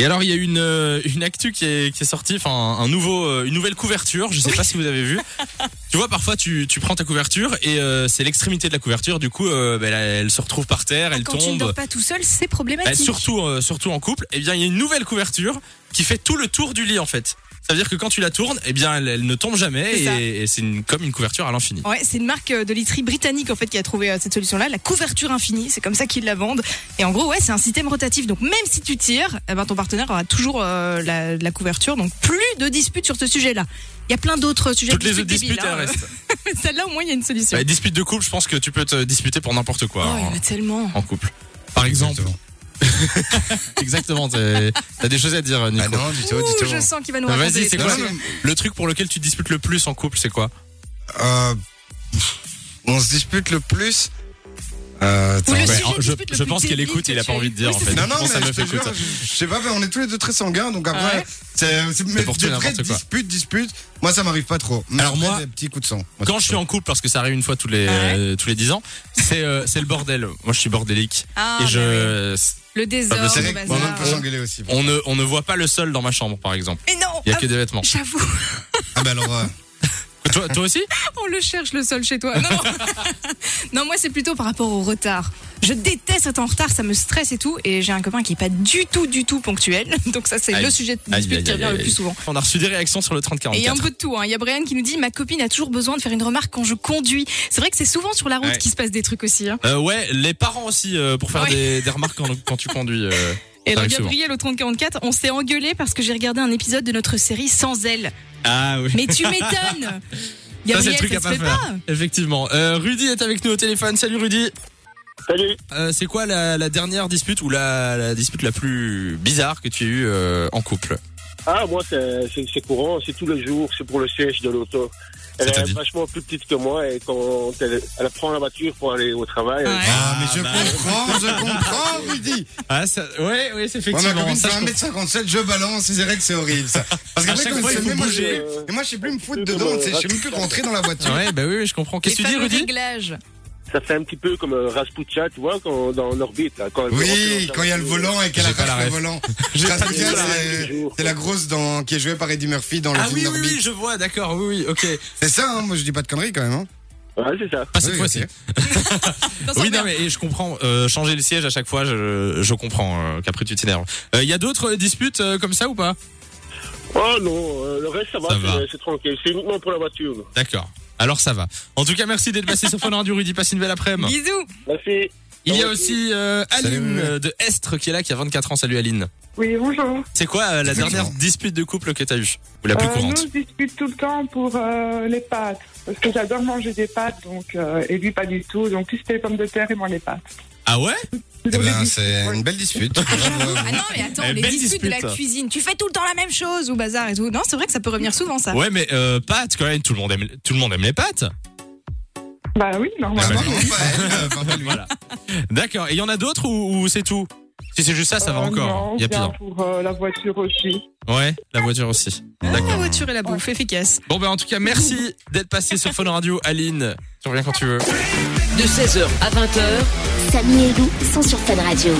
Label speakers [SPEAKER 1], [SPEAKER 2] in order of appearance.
[SPEAKER 1] Et alors il y a une euh, une actu qui est qui est sortie, enfin un nouveau euh, une nouvelle couverture. Je sais pas si vous avez vu. Tu vois parfois tu tu prends ta couverture et euh, c'est l'extrémité de la couverture. Du coup euh, ben, là, elle se retrouve par terre, elle
[SPEAKER 2] Quand tu ne
[SPEAKER 1] tombe.
[SPEAKER 2] dors pas tout seul, c'est
[SPEAKER 1] Bah,
[SPEAKER 2] problématique.
[SPEAKER 1] surtout, euh, surtout en couple, eh bien, il y a une nouvelle couverture qui fait tout le tour du lit en fait. Ça veut dire que quand tu la tournes, eh bien, elle, elle ne tombe jamais
[SPEAKER 2] C'est ça.
[SPEAKER 1] et, et c'est une- comme une couverture à l'infini.
[SPEAKER 2] Ouais, c'est une marque euh, de literie britannique en fait qui a trouvé euh, cette solution-là, la couverture infinie. C'est comme ça qu'ils la vendent. Et en gros, ouais, c'est un système rotatif. Donc même si tu tires, eh ben, ton partenaire aura toujours euh, la, la couverture. Donc plus de disputes sur ce sujet-là. Il y a plein d'autres sujets.
[SPEAKER 1] Toutes
[SPEAKER 2] de
[SPEAKER 1] les autres disputes,
[SPEAKER 2] débiles,
[SPEAKER 1] elles
[SPEAKER 2] hein.
[SPEAKER 1] restent.
[SPEAKER 2] Mais Celle-là, au moins, il y a une solution.
[SPEAKER 1] Bah, dispute de couple, je pense que tu peux te disputer pour n'importe quoi
[SPEAKER 2] oh, il y en
[SPEAKER 1] en-
[SPEAKER 2] a tellement.
[SPEAKER 1] en, couple. Par exemple. Exactement. t'es- T'as des choses à dire, Nico.
[SPEAKER 3] Ah non, du tout,
[SPEAKER 2] Ouh,
[SPEAKER 3] du tout.
[SPEAKER 2] je sens qu'il va nous
[SPEAKER 1] Bah,
[SPEAKER 2] raconter.
[SPEAKER 1] vas-y,
[SPEAKER 2] des
[SPEAKER 1] c'est
[SPEAKER 2] trucs.
[SPEAKER 1] quoi
[SPEAKER 3] Non,
[SPEAKER 1] le truc pour lequel tu disputes le plus en couple C'est quoi
[SPEAKER 3] Euh, on se dispute le plus. Euh, attends.
[SPEAKER 2] Ou le
[SPEAKER 1] Ouais,
[SPEAKER 2] sujet
[SPEAKER 1] en-
[SPEAKER 2] de
[SPEAKER 1] je-
[SPEAKER 2] dispute le
[SPEAKER 1] je
[SPEAKER 2] plus
[SPEAKER 1] pense qu'elle
[SPEAKER 2] débile
[SPEAKER 1] écoute
[SPEAKER 2] que
[SPEAKER 1] et il a
[SPEAKER 2] tu
[SPEAKER 1] pas
[SPEAKER 2] as eu.
[SPEAKER 1] envie de dire,
[SPEAKER 2] Oui,
[SPEAKER 1] en
[SPEAKER 2] c'est
[SPEAKER 1] fait.
[SPEAKER 2] ça.
[SPEAKER 3] Non, non,
[SPEAKER 1] Comment ça
[SPEAKER 3] mais
[SPEAKER 1] me
[SPEAKER 3] je te
[SPEAKER 1] fait
[SPEAKER 3] jure,
[SPEAKER 1] écoute
[SPEAKER 3] je je sais pas, mais on est tous les deux très sanguins, donc
[SPEAKER 2] Ah
[SPEAKER 3] après,
[SPEAKER 2] ouais
[SPEAKER 3] c'est c'est- mais
[SPEAKER 1] pour tout
[SPEAKER 3] des
[SPEAKER 1] et n'importe
[SPEAKER 3] vraies
[SPEAKER 1] quoi.
[SPEAKER 3] disputes, disputes. Moi, ça m'arrive pas trop. Mais
[SPEAKER 1] Alors
[SPEAKER 3] après,
[SPEAKER 1] moi,
[SPEAKER 3] des petits coups de sang. Moi,
[SPEAKER 1] Quand
[SPEAKER 3] c'est
[SPEAKER 1] je suis en couple, parce que ça arrive une fois tous les
[SPEAKER 2] Ah Ouais.
[SPEAKER 1] euh, tous les dix ans, c'est euh, c'est le bordel. Moi, je suis bordélique
[SPEAKER 2] Ah,
[SPEAKER 1] et
[SPEAKER 2] bah oui.
[SPEAKER 1] je
[SPEAKER 2] Le désordre.
[SPEAKER 1] Bah,
[SPEAKER 3] C'est
[SPEAKER 2] le
[SPEAKER 3] vrai que moi-même
[SPEAKER 2] bazar.
[SPEAKER 3] peut s'engueuler aussi.
[SPEAKER 1] on ne on ne voit pas le sol dans ma chambre, par exemple.
[SPEAKER 2] Mais non.
[SPEAKER 1] Il y a
[SPEAKER 2] ah,
[SPEAKER 1] que des vêtements.
[SPEAKER 2] J'avoue,
[SPEAKER 3] Ah bah alors, euh,
[SPEAKER 1] Toi, toi aussi
[SPEAKER 2] on le cherche le sol chez toi. Non, non. Non, moi c'est plutôt par rapport au retard. Je déteste être en retard, ça me stresse et tout. Et j'ai un copain qui est pas du tout, du tout ponctuel. Donc ça c'est
[SPEAKER 1] Aïe.
[SPEAKER 2] le sujet de
[SPEAKER 1] Aïe,
[SPEAKER 2] dispute
[SPEAKER 1] aïe,
[SPEAKER 2] qui
[SPEAKER 1] aïe,
[SPEAKER 2] revient le
[SPEAKER 1] aïe.
[SPEAKER 2] plus souvent.
[SPEAKER 1] On a reçu des réactions sur le
[SPEAKER 2] Et il y a un
[SPEAKER 1] 3044.
[SPEAKER 2] peu de tout. hein. Il y a Brian qui nous dit ma copine a toujours besoin de faire une remarque quand je conduis. C'est vrai que c'est souvent sur la route
[SPEAKER 3] Ouais.
[SPEAKER 2] qu'il se passe des trucs aussi. hein.
[SPEAKER 1] Euh, ouais, les parents aussi euh, pour faire
[SPEAKER 2] Oui.
[SPEAKER 1] des, des remarques quand, quand tu conduis. euh.
[SPEAKER 2] Et
[SPEAKER 1] Ça
[SPEAKER 2] alors
[SPEAKER 1] arrive souvent.
[SPEAKER 2] Gabriel au 3044, on s'est engueulé parce que j'ai regardé un épisode de notre série sans elle.
[SPEAKER 1] Ah oui.
[SPEAKER 2] Mais tu m'étonnes.
[SPEAKER 1] Ça, c'est
[SPEAKER 2] Gabriel,
[SPEAKER 1] le truc
[SPEAKER 2] ça
[SPEAKER 1] à
[SPEAKER 2] se
[SPEAKER 1] pas
[SPEAKER 2] fait
[SPEAKER 1] faire.
[SPEAKER 2] pas.
[SPEAKER 1] Effectivement. Euh, Rudy est avec nous au téléphone. Salut Rudy.
[SPEAKER 4] Salut.
[SPEAKER 1] Euh, c'est quoi la, la dernière dispute ou la, la dispute la plus bizarre que tu as eue euh, en couple
[SPEAKER 4] Ah, moi, c'est c'est- c'est courant, c'est tous les jours, c'est pour le siège de l'auto. Elle est
[SPEAKER 1] C'est-à-dire
[SPEAKER 4] vachement plus petite que moi et quand elle, elle prend la voiture pour aller au travail,
[SPEAKER 2] Ouais.
[SPEAKER 4] elle-
[SPEAKER 3] Ah, mais je
[SPEAKER 1] bah.
[SPEAKER 3] comprends, je comprends, Rudy.
[SPEAKER 1] Ah ça, ouais, ouais, c'est
[SPEAKER 3] Moi, ma copine, c'est 1m57, je balance, c'est vrai que c'est horrible, ça. Parce
[SPEAKER 1] À
[SPEAKER 3] qu'après,
[SPEAKER 1] chaque
[SPEAKER 3] quand
[SPEAKER 1] fois,
[SPEAKER 3] elle
[SPEAKER 1] il
[SPEAKER 3] se
[SPEAKER 1] faut
[SPEAKER 3] met, moi, je
[SPEAKER 4] bouger.
[SPEAKER 3] sais- mais moi, je sais plus me foutre
[SPEAKER 4] C'est
[SPEAKER 3] dedans,
[SPEAKER 4] comme,
[SPEAKER 3] tu sais, je sais même plus rentrer dans la voiture.
[SPEAKER 1] Ouais, bah oui, oui, je comprends. Qu'est-ce que
[SPEAKER 2] Les
[SPEAKER 1] tu dis
[SPEAKER 2] fameux
[SPEAKER 1] Rudy
[SPEAKER 2] réglages.
[SPEAKER 4] ça fait un petit peu comme euh, Rasputia, tu vois, quand, dans l'orbite. là, Quand elle veut rentrer
[SPEAKER 3] Oui,
[SPEAKER 4] dans
[SPEAKER 3] quand il y a le volant et qu'elle
[SPEAKER 1] J'ai pas la
[SPEAKER 3] arrache le
[SPEAKER 1] ref.
[SPEAKER 3] volant.
[SPEAKER 1] J'ai pas
[SPEAKER 3] Rasputia,
[SPEAKER 1] la
[SPEAKER 4] ref.
[SPEAKER 3] c'est- C'est la grosse dans, qui est jouée par Eddie Murphy dans le
[SPEAKER 1] Ah
[SPEAKER 3] film
[SPEAKER 1] oui, oui,
[SPEAKER 3] Norbit.
[SPEAKER 1] oui, je vois, d'accord, oui, oui, ok.
[SPEAKER 3] C'est ça, hein, moi je dis pas de conneries quand même. Hein.
[SPEAKER 4] Ouais, c'est ça.
[SPEAKER 1] Pas Ah, cette
[SPEAKER 3] Oui,
[SPEAKER 1] fois-ci.
[SPEAKER 3] ok.
[SPEAKER 2] Dans son
[SPEAKER 1] Oui, non,
[SPEAKER 2] verre.
[SPEAKER 1] mais et je comprends. euh, changer le siège à chaque fois, je, je comprends euh, qu'après tu t'énerves. Il y a d'autres disputes euh, comme ça ou pas
[SPEAKER 4] Oh non, euh, le reste, ça va,
[SPEAKER 1] Ça va.
[SPEAKER 4] c'est- c'est tranquille. C'est uniquement pour la voiture.
[SPEAKER 1] D'accord. Alors ça va. En tout cas, merci d'être passé sur Fun Radio Rudy. Passe une belle après-midi.
[SPEAKER 2] Bisous.
[SPEAKER 4] Merci.
[SPEAKER 1] Il y a aussi euh, Aline
[SPEAKER 3] Salut.
[SPEAKER 1] euh, de Estre qui est là, qui a 24 ans. Salut Aline.
[SPEAKER 5] Oui, bonjour.
[SPEAKER 1] C'est quoi euh, la
[SPEAKER 3] Bonjour.
[SPEAKER 1] dernière dispute de couple que t'as eue Ou la plus
[SPEAKER 5] Euh, nous,
[SPEAKER 1] courante
[SPEAKER 5] on se dispute tout le temps pour euh, les pâtes. Parce que j'adore manger des pâtes, donc, euh, et lui pas du tout. Donc, lui, c'était les pommes de terre et moi, les pâtes.
[SPEAKER 1] Ah ouais
[SPEAKER 3] Eh ben, c'est une belle dispute. Bravo à
[SPEAKER 2] Ah
[SPEAKER 3] vous.
[SPEAKER 2] non, mais attends,
[SPEAKER 1] Eh,
[SPEAKER 2] les
[SPEAKER 1] belle
[SPEAKER 2] disputes de la
[SPEAKER 1] dispute.
[SPEAKER 2] cuisine. Tu fais tout le temps la même chose ou bazar et tout. Non, c'est vrai que ça peut revenir souvent, ça.
[SPEAKER 1] Ouais, mais euh, pâtes quand même. Tout le monde aime, tout le monde aime les pâtes.
[SPEAKER 5] Bah oui,
[SPEAKER 3] Ah,
[SPEAKER 5] normalement.
[SPEAKER 3] par contre, pas elle, euh, enfin, pas lui.
[SPEAKER 1] Voilà. D'accord. Et il y en a d'autres ou, ou c'est tout Si c'est juste ça, ça va
[SPEAKER 5] Euh,
[SPEAKER 1] encore.
[SPEAKER 5] non,
[SPEAKER 1] Il y a
[SPEAKER 5] bien
[SPEAKER 1] pire.
[SPEAKER 5] pour euh, la voiture aussi.
[SPEAKER 1] Ouais, la voiture aussi.
[SPEAKER 2] la
[SPEAKER 1] D'accord.
[SPEAKER 2] voiture et la bouffe, efficace.
[SPEAKER 1] Bon ben en tout cas merci d'être passé sur Fun Radio Aline. Tu reviens quand tu veux.
[SPEAKER 6] De 16h à 20h,
[SPEAKER 7] Samy et Lou sont sur Fan Radio.